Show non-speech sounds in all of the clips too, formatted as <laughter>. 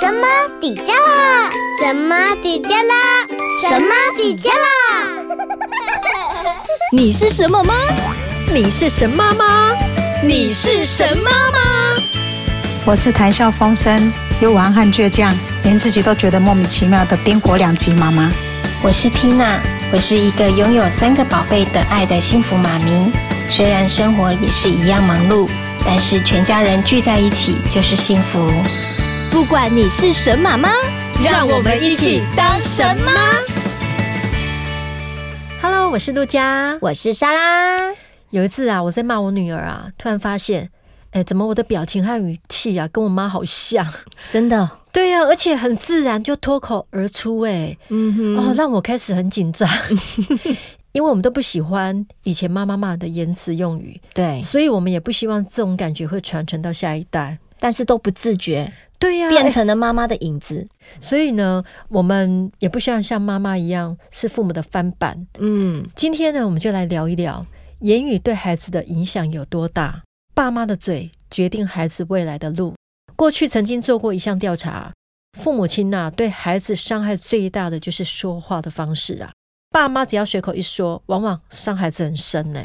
神马底加拉，神马底加拉，神马底加拉。你是什么吗？你是神妈吗？你是神妈吗？我是谈笑风生、又顽和倔强，连自己都觉得莫名其妙的冰火两极妈妈。我是缇娜，我是一个拥有三个宝贝的爱的幸福妈咪。虽然生活也是一样忙碌，但是全家人聚在一起就是幸福。不管你是神马吗？让我们一起当神妈。 Hello，我是陆佳。我是莎拉，有一次啊，我在骂我女儿啊，突然发现，哎，怎么我的表情和语气啊，跟我妈好像？ <laughs> 真的，对呀、而且很自然就脱口而出、哎、嗯哼哦，让我开始很紧张， <laughs> 因为我们都不喜欢以前妈妈骂的言辞用语，对，所以我们也不希望这种感觉会传承到下一代。但是都不自觉，对呀、变哎成了妈妈的影子。所以呢，我们也不希望像妈妈一样是父母的翻版。嗯，今天呢，我们就来聊一聊言语对孩子的影响有多大。爸妈的嘴决定孩子未来的路。过去曾经做过一项调查，父母亲呐、对孩子伤害最大的就是说话的方式啊。爸妈只要随口一说，往往伤孩子很深呢、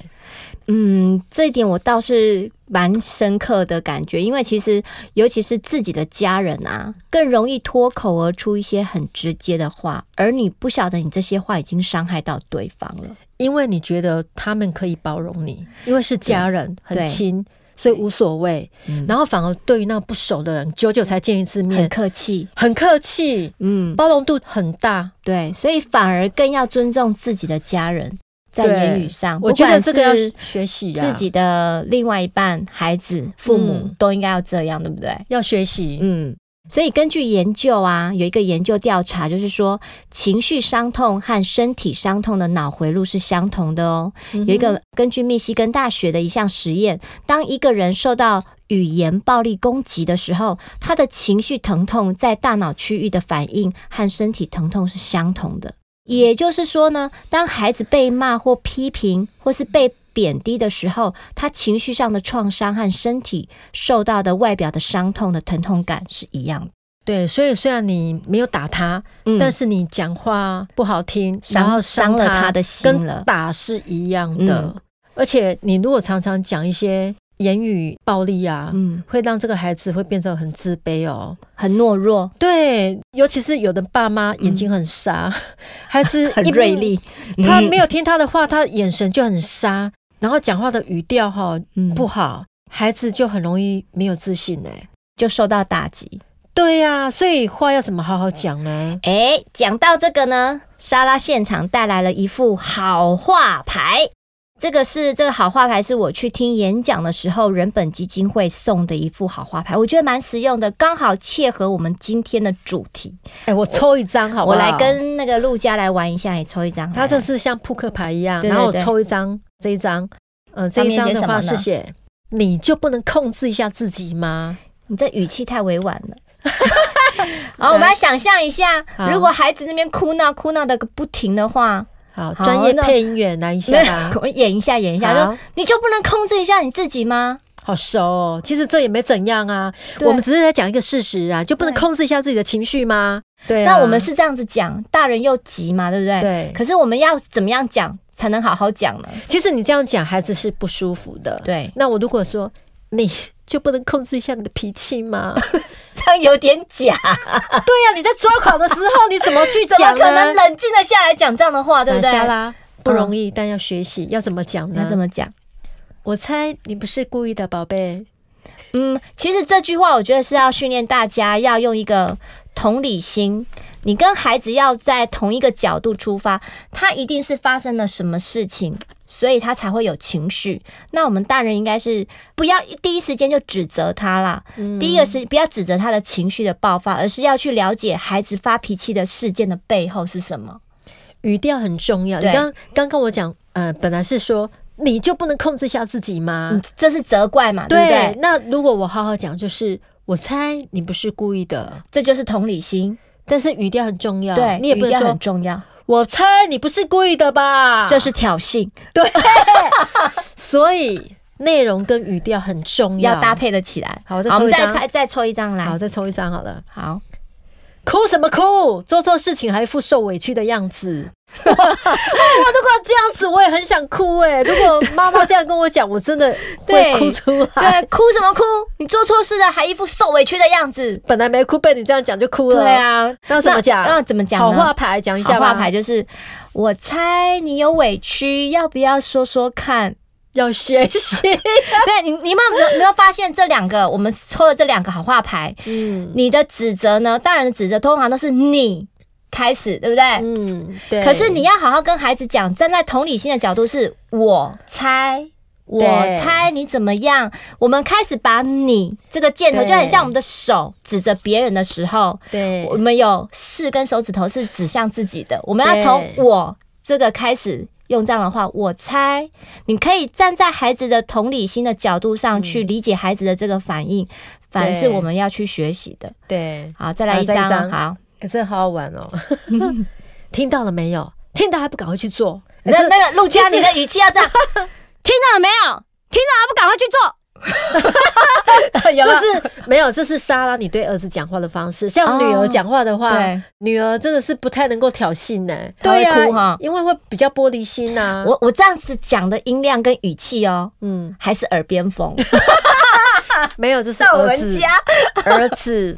嗯，这一点我倒是蛮深刻的感觉，因为其实尤其是自己的家人啊，更容易脱口而出一些很直接的话，而你不晓得你这些话已经伤害到对方了。因为你觉得他们可以包容你，因为是家人很对亲，所以无所谓。嗯然后反而对于那不熟的人，久久才见一次很面，客气，很客气，嗯，包容度很大。对，所以反而更要尊重自己的家人，在对言语上，我啊不觉得管这个要是学习呀、自己的另外一半、孩子、父母、嗯都应该要这样，对不对？要学习。嗯，所以根据研究啊，有一个研究调查，就是说情绪伤痛和身体伤痛的脑回路是相同的哦。嗯有一个根据密西根大学的一项实验，当一个人受到语言暴力攻击的时候，他的情绪疼痛在大脑区域的反应和身体疼痛是相同的。也就是说呢，当孩子被骂或批评，或是被贬低的时候，他情绪上的创伤和身体受到的外表的伤痛的疼痛感是一样的。对，所以虽然你没有打他，嗯但是你讲话不好听，然伤后伤了他他的心了跟打是一样的。嗯而且你如果常常讲一些言语暴力啊，嗯，会让这个孩子会变得很自卑哦。很懦弱，对，尤其是有的爸妈眼睛很杀， <laughs> 孩子嗯很一锐利，他嗯没有听他的话，他眼神就很杀，然后讲话的语调哈、嗯不好，孩子就很容易没有自信哎、就受到打击。对呀、所以话要怎么好好讲呢？哎，讲到这个呢，莎拉现场带来了一副好画牌。这个是这个好画牌，是我去听演讲的时候，人本基金会送的一副好画牌，我觉得蛮实用的，刚好切合我们今天的主题。哎、我抽一张好不我好？来跟那个陆家来玩一下，你抽一张来。他这是像扑克牌一样，对对然后我对抽一张，这一张，嗯、这上一面张的写什话么呢是写你就不能控制一下自己吗？你这语气太委婉 <laughs> 了。好，我们来想象一下好，如果孩子那边哭闹哭闹的个不停的话，好，好专业那配音员来 <laughs> 一下那吧。我演一下演一下，啊好就你就不能控制一下你自己吗？好熟哦，其实这也没怎样啊，对我们只是在讲一个事实啊，就不能对控制一下自己的情绪吗？对、啊，那我们是这样子讲，大人又急嘛，对不对？对可是我们要怎么样讲才能好好讲呢？其实你这样讲，孩子是不舒服的。对那我如果说你就不能控制一下你的脾气吗？对 <laughs> 这样有点假，呀、你在抓狂的时候， <laughs> 你怎么去怎么讲呢？啊可能冷静的下来讲这样的话，对不对？拿下啦，不容易，但要学习，要怎么讲呢？要怎？么讲？我猜你不是故意的，宝贝。嗯，其实这句话我觉得是要训练大家要用一个同理心，你跟孩子要在同一个角度出发，他一定是发生了什么事情，所以他才会有情绪。那我们大人应该是不要第一时间就指责他啦，嗯第一个是不要指责他的情绪的爆发，而是要去了解孩子发脾气的事件的背后是什么。语调很重要。你对刚刚跟我讲，呃，本来是说你就不能控制一下自己吗？嗯，这是责怪嘛，对不对对？那如果我好好讲，就是我猜你不是故意的，这就是同理心，但是语调很重要。对，啊你也不语能调说很重要，我猜你不是故意的吧？这是挑衅，所以内容跟语调很重要，要搭。配的起来。好再抽我们一再张猜再抽一张来。好，再抽一张好了。好，哭什么哭？做错事情还一副受委屈的 <laughs> 样子。哇，如果这样子，我也很想哭哎、如果妈妈这样跟我讲，我真的会 <laughs> 对哭出来。对，哭什么哭？你做错事了，还一副受委屈的样子。本来没哭，被你这样讲就哭了。对，啊，那怎么讲那怎么讲呢？好话牌讲一下好吧。话牌就是，我猜你有委屈，要不要说说看？ <laughs> 要学习。对你，你们有没有没有发现这两个我们抽的这两个好话牌？嗯你的指责呢？大人的指责通常都是你开始，对不对？嗯，对。可是你要好好跟孩子讲，站在同理心的角度是，我猜。我对猜你怎么样？我们开始把你这个箭头，对就很像我们的手指着别人的时候，对我们有四根手指头是指向自己的。我们要对从我这个开始用这样的话，我猜你可以站在孩子的同理心的角度上去理解孩子的这个反应，反而是嗯对我们要去学习的。对，好，再来好一再一张哦，张好。哎真的好好玩 <laughs> 哦。听到了没有？听到还不赶快去做？<laughs> 哎那这那个陆佳，你的语气要这样， <laughs> 听到了没有？听到还不赶快去做？有这是没有，这是莎拉你对儿子讲话的方 <laughs> 式。像女儿讲话的话，哦对女儿真的是不太能够挑衅呢、她会对呀、哭哈因为会比较玻璃心呐、我我这样子讲的音量跟语气哦，嗯，还是耳边风。没有，这 <laughs> 是在我儿们子。家，儿子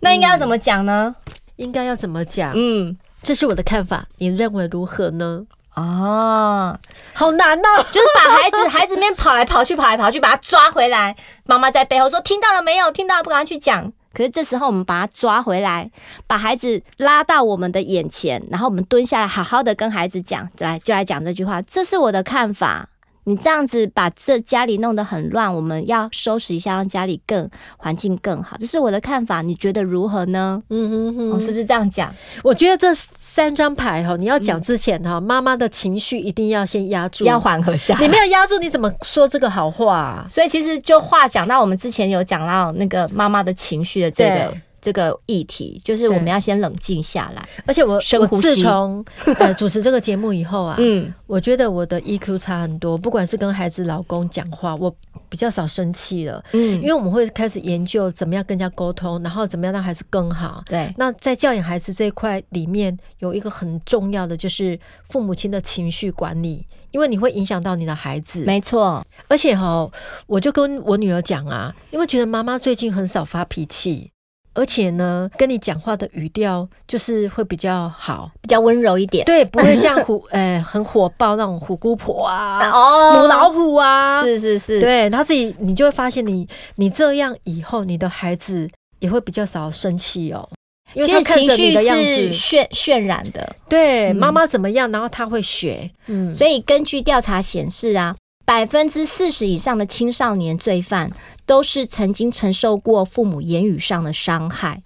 那应该要怎么讲呢？应该要怎么讲？嗯，这是我的看法，你认为如何呢？哦，好难哦。就是把孩子孩子面跑来跑去，跑来跑去，把他抓回来。妈妈在背后说：“听到了没有？听到了不赶快去讲。”可是这时候，我们把他抓回来，把孩子拉到我们的眼前，然后我们蹲下来，好好的跟孩子讲，来就来讲这句话：“这是我的看法。”你这样子把这家里弄得很乱，我们要收拾一下，让家里更环境更好。这是我的看法，你觉得如何呢？嗯哼哼，哦，是不是这样讲？我觉得这三张牌哈，你要讲之前哈，妈妈的情绪一定要先压住，要。嗯缓和下来你没有压住，你怎么说这个好话啊、所以其实就话讲到我们之前有讲到那个妈妈的情绪的这个对这个议题，就是我们对要先冷静下来。而且我深我呼自吸从呃主持这个节目以 <laughs> 后啊，嗯，我觉得我的 EQ 差很多，不管是跟孩子、老公讲话，我比较少生气了，嗯因为我们会开始研究怎么样跟人家沟通，然后怎么样让孩子更好。对，那在教养孩子这一块里面，有一个很重要的就是父母亲的情绪管理，因为你会影响到你的孩子。没错，而且哈、我就跟我女儿讲啊，因为觉得妈妈最近很少发脾气，而且呢，跟你讲话的语调就是会比较好，比较温柔一点。对，不会像虎 <laughs> 呃很火爆那种虎姑婆啊、哦母老虎啊，是是是，对，他自己你就会发现你你这样以后，你的孩子也会比较少生气哦。因为其他实看情着你绪的样是子，渲渲染的，对嗯妈妈怎么样，然后他会学，嗯，所以根据调查显示啊，百分之四十以上的青少年罪犯都是曾经承受过父母言语上的伤害。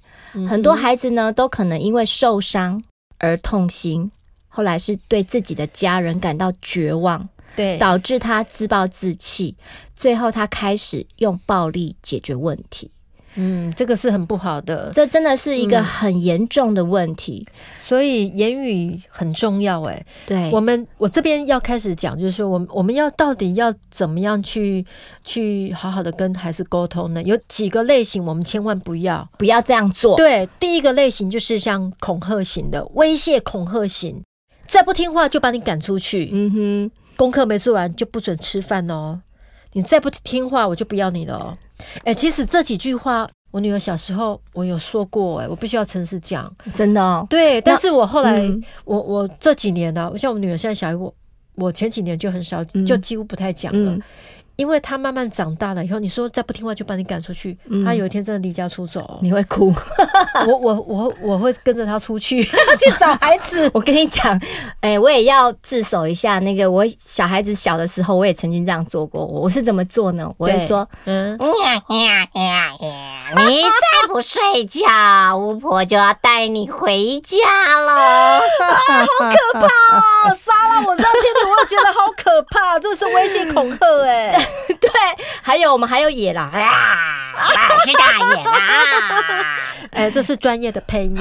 很多孩子呢，都可能因为受伤而痛心，后来是对自己的家人感到绝望，对导致他自暴自弃，最后他开始用暴力解决问题。嗯，这个是很不好的，这真的是一个很严重的问题。所以言语很重要哎、对，我们我这边要开始讲，就是说，我们我们要到底要怎么样去去好好的跟孩子沟通呢？有几个类型我们千万不要。不要这样做。对，第一个类型就是像恐吓型的，威胁恐吓型，再不听话就把你赶出去，嗯哼，功课没做完就不准吃饭哦，你再不听话我就不要你了哦。哎，其实这几句话，我女儿小时候我有说过、哎，我必须要诚实讲，真的哦。对，但是我后来，嗯我我这几年呢、我像我女儿现在小一，我我前几年就很少，嗯就几乎不太讲了，嗯因为她慢慢长大了以后，你说再不听话就把你赶出去，嗯她有一天真的离家出走，哦你会哭。 <laughs> 我我我我会跟着她出 <laughs> 去去找孩子。 <laughs> 我跟你讲，哎、我也要自首一下。那个我小孩子小的时候，我也曾经这样做过。我我是怎么做呢？我会对说， <laughs> 嗯， <laughs> 你再不睡觉，巫婆就要带你回家 <laughs> 喽。哦，杀了我这样听着，我觉得好可怕，这是威胁恐吓哎、对，还有我们还有野狼啊，我是啊大野狼， <laughs> 哎，这是专业的配 <laughs> 乐，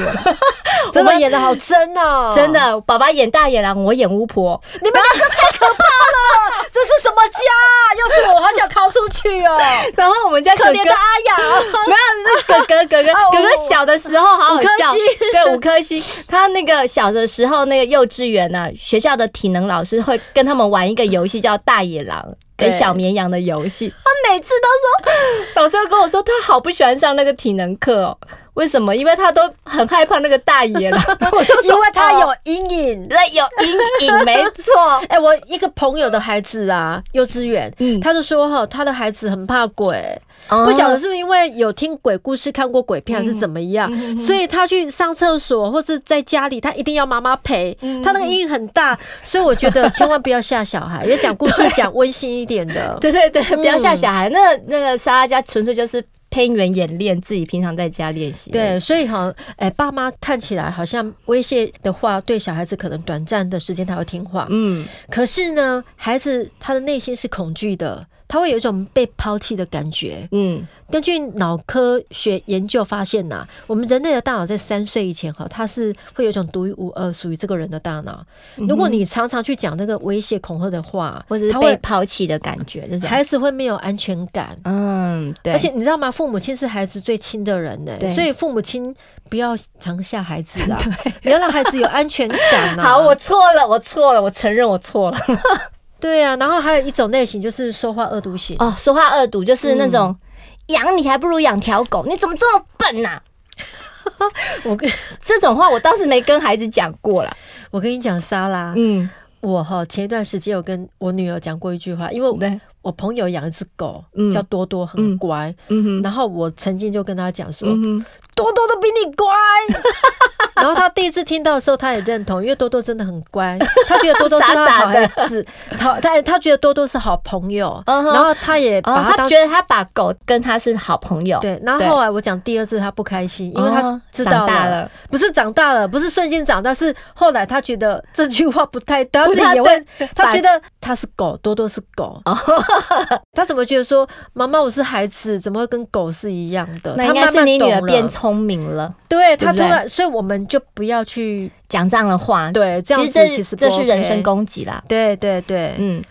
真的演的好 <laughs> 真哦，真，的，爸爸演大野狼，我演巫婆。 <laughs> 你们两个太可怕了，这是什么家啊？又诉我，我好想逃出去哦！然后我们家哥 <laughs> 可哥怜的阿雅， <laughs> 没有，那哥哥哥哥哦哥哥小的时候好好笑五颗星， <laughs> 对，五颗星。他那个小的时候，那个幼稚园呐、学校的体能老师会跟他们玩一个游戏，叫大野狼。跟对小绵羊的游戏，他每次都说，老师都跟我说他好不喜欢上那个体能课哦，为什么？因为他都很害怕那个大野狼， <laughs> 我就说 <laughs> 因为他哦有阴影。那有阴影，没 <laughs> 错，哎、我一个朋友的孩子啊，幼稚园，嗯他就说哈，他的孩子很怕鬼，哦不晓得是不是因为有听鬼故事、看过鬼嗯片还是怎么样，所以他去上厕所或者在家里，他一定要妈妈陪，嗯他那个阴影很大，所以我觉得千万不要吓小孩，也讲故事讲温馨一点的。对对对，不要吓小孩。那那个莎拉家纯粹就是配音员演练，自己平常在家练习。对，所以哈，哎、爸妈看起来好像威胁的话，对小孩子可能短暂的时间他会听话，嗯，可是呢，孩子他的内心是恐惧的，他会有一种被抛弃的感觉。嗯根据脑科学研究发现呐、我们人类的大脑在三岁以前哈，它是会有一种独一无二属于这个人的大脑。如果你常常去讲那个威胁恐吓的话，嗯或者是他被会抛弃的感觉，这种。孩子会没有安全感。嗯，对，而且你知道吗？父母亲是孩子最亲的人呢、对所以父母亲不要常吓孩子 <laughs> 啊，你要让孩子有安全感啊。好，我错了，我错了，我承认我错了。对啊。然后还有一种类型就是说话恶毒型，哦，说话恶毒就是那嗯种。养你还不如养条狗，你怎么这么笨呐、啊 <laughs> 我跟 <laughs> 这种话我倒是没跟孩子讲过啦。我跟你讲，莎拉，嗯，我哈前一段时间有跟我女儿讲过一句话，因为对，我朋友养一只狗嗯叫多多，很乖。嗯哼，然后我曾经就跟她讲说，嗯哼，多多都比你乖。 <laughs> 然后她第一次听到的时候，她也认同，因为多多真的很 <laughs> 乖，她觉得多多是傻她傻好孩子，好， <laughs> 她她觉得多多是好朋友，嗯哼然后她也哦把，她他当觉得他把狗跟他是好朋友，对。然后对后来我讲第二次，她不开心，因为哦她知道长大了，不是长大了，不是瞬间长大，是后来她觉得这句话不太对，她自己也会，她觉得她是狗，多多是狗，哦 <laughs> 她怎么觉得说妈妈我是孩子，怎么会跟狗是一样的？那她应该慢是慢你女懂儿了变聪明了，对对她不突对嗯然，所以我们就不要去讲这样的话，，对这其样实子这，其实不这是人身 OK 攻击啦。对对对，嗯，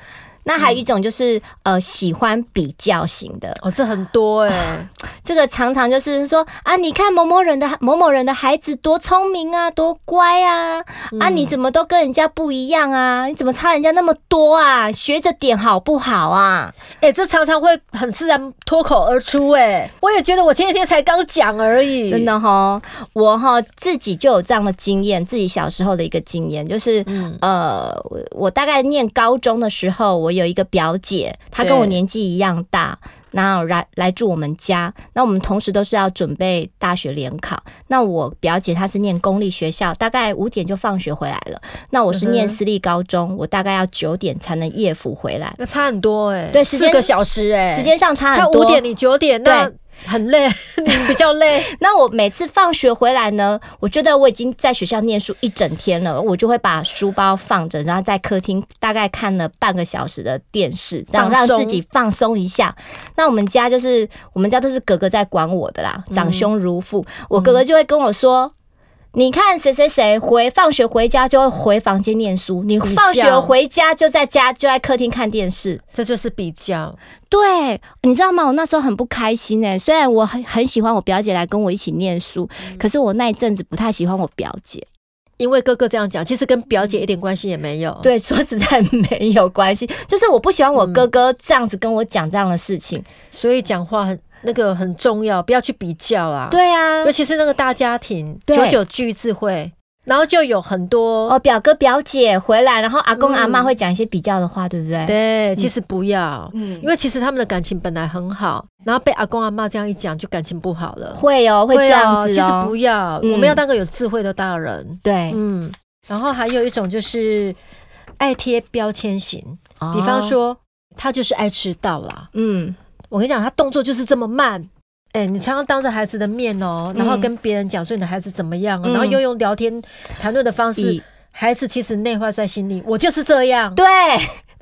那还有一种就是、呃，喜欢比较型的，哦，这很多 <laughs> 哎，这个常常就是说啊，你看某某人的某某人的孩子多聪明啊，多乖啊，啊，你怎么都跟人家不一样啊？你怎么差人家那么多啊？学着点好不好啊？哎，这常常会很自然脱口而出哎，我也觉得我前几天才刚讲而已，真的哦哈，我哈自己就有这样的经验，自己小时候的一个经验，就是、嗯呃，我我大概念高中的时候，我有一个表姐，她跟我对年纪一样大，然后来来住我们家，那我们同时都是要准备大学联考。那我表姐她是念公立学校，大概五点就放学回来了，那我是念嗯哼私立高中，我大概要九点才能夜辅回来，那差很多哎，对时四间个小时哎，时间上差他很多。五点，你九点，那对很累， <laughs> 你比较 <laughs> 累。那我每次放学回来呢，我觉得我已经在学校念书一整天了，我就会把书包放着，然后在客厅大概看了半个小时的电视，这样放让松自己放松一下。那我们家就是我们家都是哥哥在管我的嗯啦，长兄如父，我哥哥就会跟我说。你看谁谁谁回放学回家就会回房间念书，你比放学较回家就在家就在客厅看电视，这就是比较，对，你知道吗？我那时候很不开心哎、虽然我很很喜欢我表姐来跟我一起念书，嗯可是我那一阵子不太喜欢我表姐。因为哥哥这样讲，其实跟表姐一点关系也没有。，对，说实在没有关系， <laughs> 就是我不喜欢我哥哥这样子跟我讲这样的事嗯情。所以讲话很那个很重要，不要去比较啊。，对啊尤，其是那个大家庭，对九九聚一次会，然后就有很多。哦，表哥表姐回来，然后阿公嗯阿妈会讲一些比较的话，对不对？对，其实不要，嗯因，为其实他们的感情本来很好，然后被阿公阿妈这样一讲，就感情不好了。会哦，会这样子对啊其实哦不。要，嗯我们要当个有智慧的大人。对，嗯，然后还有一种就是爱贴标签型。比方哦，说，他就是爱迟到啦。嗯，我跟你讲，他动作就是这么慢。哎、你常常当着孩子的面哦，然后嗯跟别人讲说你的孩子怎么样，嗯然后又用聊天谈论的方式以，孩子其实内化在心里，我就是这样。对，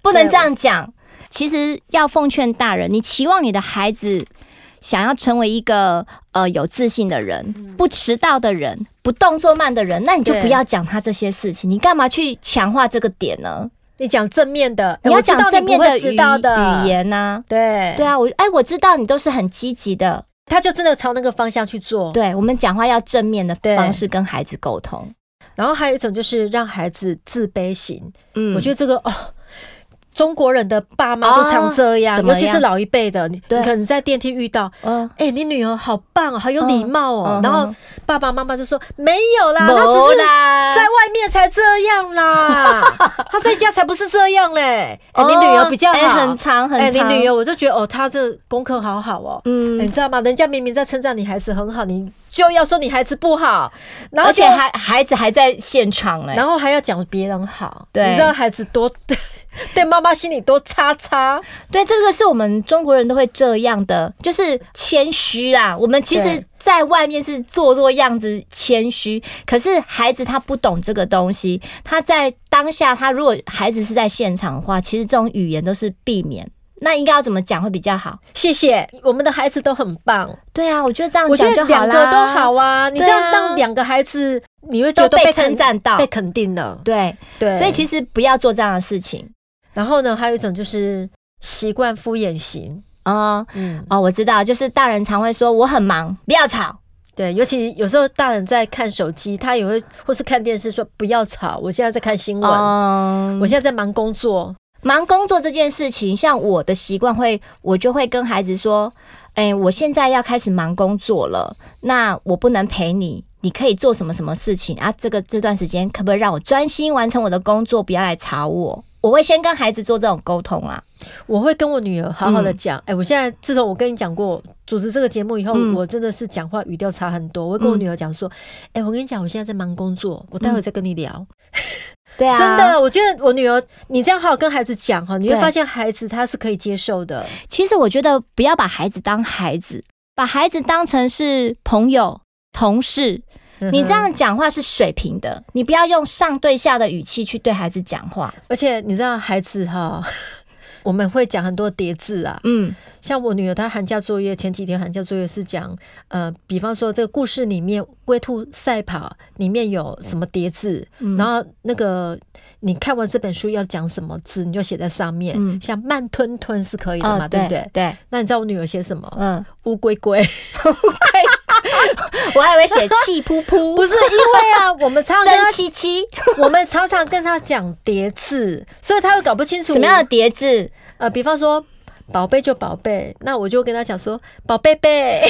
不能对这样讲。其实要奉劝大人，你期望你的孩子想要成为一个呃有自信的人、不迟到的人、不动作慢的人，那你就嗯对不要讲他这些事情。你干嘛去强化这个点呢？你讲正面的，你要讲正面的的语哎知道的语，言呐、对对，啊，我哎，我知道你都是很积极的。他就真的朝那个方向去做。对我们讲话要正面的对方式跟孩子沟通。然后还有一种就是让孩子自卑型，嗯我觉得这个哦。中国人的爸妈都常这哦样，怎么尤样其是老一辈的，你你对可能在电梯遇到，得，嗯、哎、你女儿好棒哦，好有礼貌哦。嗯嗯然后爸爸妈妈就说没有啦，没啊那只是啦哦在外面才这 <laughs> 样啦，她在家才不是这样嘞。哎、你女儿比较好，哦哎很长很哎你长。女儿，我就觉得哦，她这功课好好哦。哎你嗯，知道吗？人家明明在称赞你孩子很好，你就要说你孩子不好，然后而且就孩孩子还在现场欸呢、然后还要讲别人好，对你知道孩子多 <laughs> 对妈妈心里多叉叉，对，这个是我们中国人都会这样的，就是谦虚啦。我们其实对，在外面是做做样子谦虚，可是孩子他不懂这个东西，他在当下，他如果孩子是在现场的话，其实这种语言都是避免。那应该要怎么讲会比较好？谢谢，我们的孩子都很棒，对啊，我觉得这样我觉讲就得好两啦。个都好啊，你这对样啊让两个孩子，你会觉得都被肯称赞到被肯定了，对，对，所以其实不要做这样的事情然后呢，还有一种就是习惯敷衍型，哦嗯，哦，我知道，就是大人常会说我很忙，不要吵。对，尤其有时候大人在看手机，他也会或是看电视说不要吵，我现在在看新闻，嗯我现在在忙工作，忙工作这件事情，像我的习惯会，我就会跟孩子说：“哎、我现在要开始忙工作了，那我不能陪你，你可以做什么什么事情啊？这个这段时间可不可以让我专心完成我的工作，不要来吵我？”我会先跟孩子做这种沟通啊啦。我会跟我女儿好好的嗯讲，哎、我现在自从我跟你讲过主持这个节目以后，嗯我真的是讲话语调差很多。我会跟我女儿讲说，哎、我跟你讲，我现在在忙工作，我嗯待会再跟你聊。对啊，真的，我觉得我女儿，你这样好好跟孩子讲哈，你会对发现孩子他是可以接受的。其实我觉得不要把孩子当孩子，把孩子当成是朋友、同事。你这嗯样讲话是水平的，你不要用上对下的语气去对孩子讲话。哼，而且你知道孩子哈。 <laughs> 我们会讲很多叠字啊，嗯，像我女儿她寒假作业前几天寒假作业是讲，呃，比方说这个故事里面龟兔赛跑里面有什么叠字，嗯然后那个你看完这本书要讲什么字，你就写在上面。嗯像慢吞吞是可以的嘛，哦对不对？对，那你知道我女儿写什么？嗯，乌龟龟， <laughs> 我还以为写气噗噗，不是因为啊，我们常常跟生七七，她， <laughs> 我们常常跟她讲叠字，所以她又搞不清楚什么样的叠字？呃，比方说。宝贝就宝贝，那我就跟她讲说，宝贝 <laughs> 贝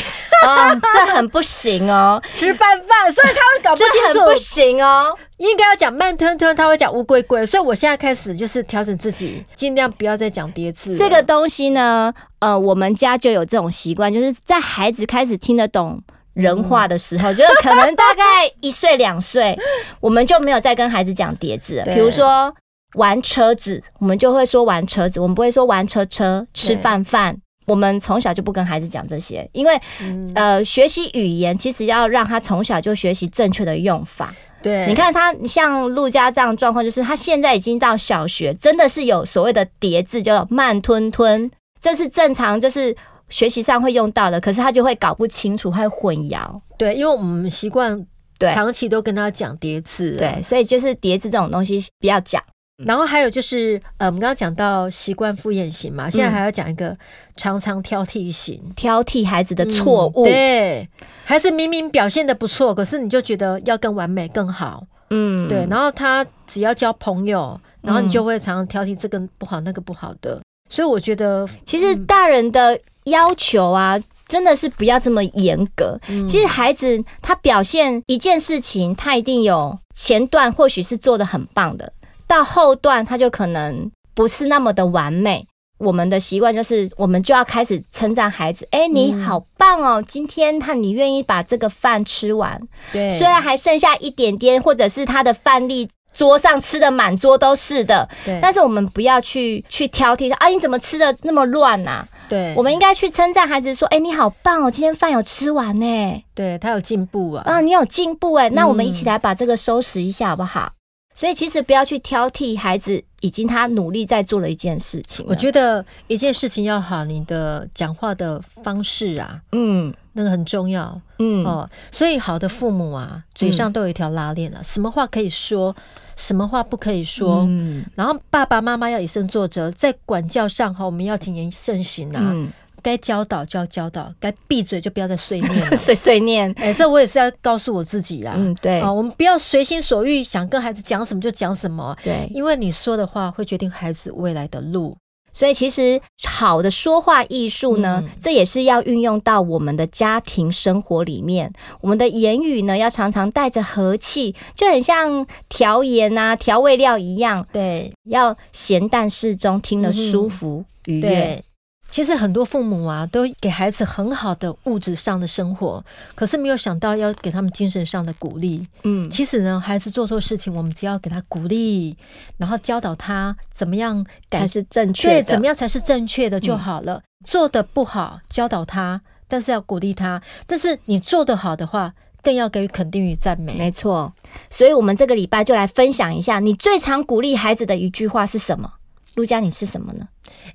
哦，这很不行哦，吃饭饭，所以她会搞不这清很不楚，行哦。应该要讲慢吞吞，她会讲乌龟龟，所以我现在开始就是调整自己，尽量不要再讲叠字了。这个东西呢，呃，我们家就有这种习惯，就是在孩子开始听得懂。人话的时 <laughs> 候，就是可能大概一岁两岁， <laughs> 我们就没有再跟孩子讲叠字了。对比如说玩车子，我们就会说玩车子，我们不会说玩车车、吃饭饭。我们从小就不跟孩子讲这些，因为、嗯呃，学习语言其实要让他从小就学习正确的用法。对，你看他像陆家这样的状况，就是他现在已经到小学，真的是有所谓的叠字，叫做慢吞吞，这是正常，就是学习上会用到的。可是他就会搞不清楚，会混淆。对，因为我们习惯对长期都跟他讲叠字，对，。所以就是叠字这种东西不要讲。然后还有就是，呃，我们刚刚讲到习惯敷衍型嘛，现在嗯还要讲一个常常挑剔型挑剔孩子的错误，嗯对，孩子明明表现的不错，可是你就觉得要更完美、更好，嗯对。然后他只要交朋友，然后你嗯就会常常挑剔这个不好、那个不好的。所以我觉得，其嗯实大人的要求啊，真的是不要这么严格。其实孩子他表现一件事情，他一定有前段或许是做的很棒的，到后段他就可能不是那么的完美。我们的习惯就是，我们就要开始称赞孩子。哎、你好棒哦！今天他你愿意把这个饭吃完，对，虽然还剩下一点点，或者是他的饭粒桌上吃的满桌都是的，对，但是是我们不要去去挑剔他啊，你怎么吃的那么乱呐、对，我们应该去称赞孩子说：“哎、你好棒哦，今天饭有吃完呢，对他有进步啊，啊，你有进步哎。”那我们一起来把这个收拾一下好不好？所以其实不要去挑剔孩子已经他努力在做了一件事情了。我觉得一件事情要好，你的讲话的方式啊，嗯，那个很重要嗯，哦。所以好的父母啊，嘴上都有一条拉链啊，什么话可以说，什么话不可以说。嗯然后爸爸妈妈要以身作则，在管教上哈，我们要谨言慎行啊。嗯，该教导就要教导，该闭嘴就不要再碎念 <laughs> 了。碎碎念，哎、这我也是要告诉我自己啦。嗯，对啊，我们不要随心所欲，想跟孩子讲什么就讲什么，对，因为你说的话会决定孩子未来的路。所以其实好的说话艺术呢，嗯这也是要运用到我们的家庭生活里面。我们的言语呢，要常常带着和气，就很像调盐啊、调味料一样，对要咸淡适中，听了舒服、愉悦。对，其实很多父母啊，都给孩子很好的物质上的生活，可是没有想到要给他们精神上的鼓励。嗯，其实呢，孩子做错事情，我们只要给他鼓励，然后教导他怎么样改才是正确对，的。怎么样才是正确的就好了。做的不好，教导他，但是要鼓励他；但是你做得好的话，更要给予肯定与赞美。没错，所以我们这个礼拜就来分享一下，你最常鼓励孩子的一句话是什么？陆佳，你是什么呢？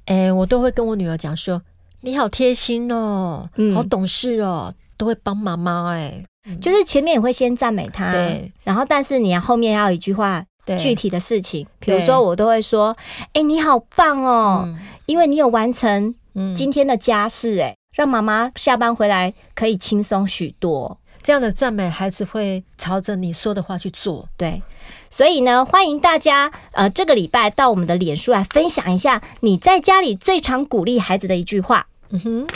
哎，我都会跟我女儿讲说：“你好贴心哦，嗯好懂事哦，都会帮妈妈。”哎，就是前面也会先赞美他，对，然后但是你要后面要有一句话对具体的事情，比如对说我都会说，哎、你好棒哦，嗯因为你有完成嗯今天的家事、哎、让妈妈下班回来可以轻松许多。这样的赞美，孩子会朝着你说的话去做。对，所以呢，欢迎大家呃这个礼拜到我们的脸书来分享一下你在家里最常鼓励孩子的一句话。嗯哼，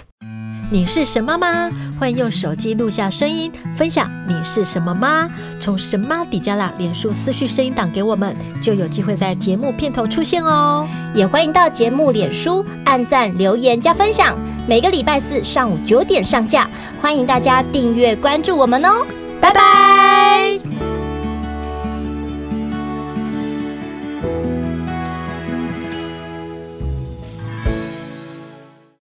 你是神妈吗？欢迎用手机录下声音，分享你是什么妈？从神妈底加拉脸书私讯声音档给我们，就有机会在节目片头出现哦。也欢迎到节目脸书按赞、留言加分享。每个礼拜四上午九点上架，欢迎大家订阅关注我们哦，拜拜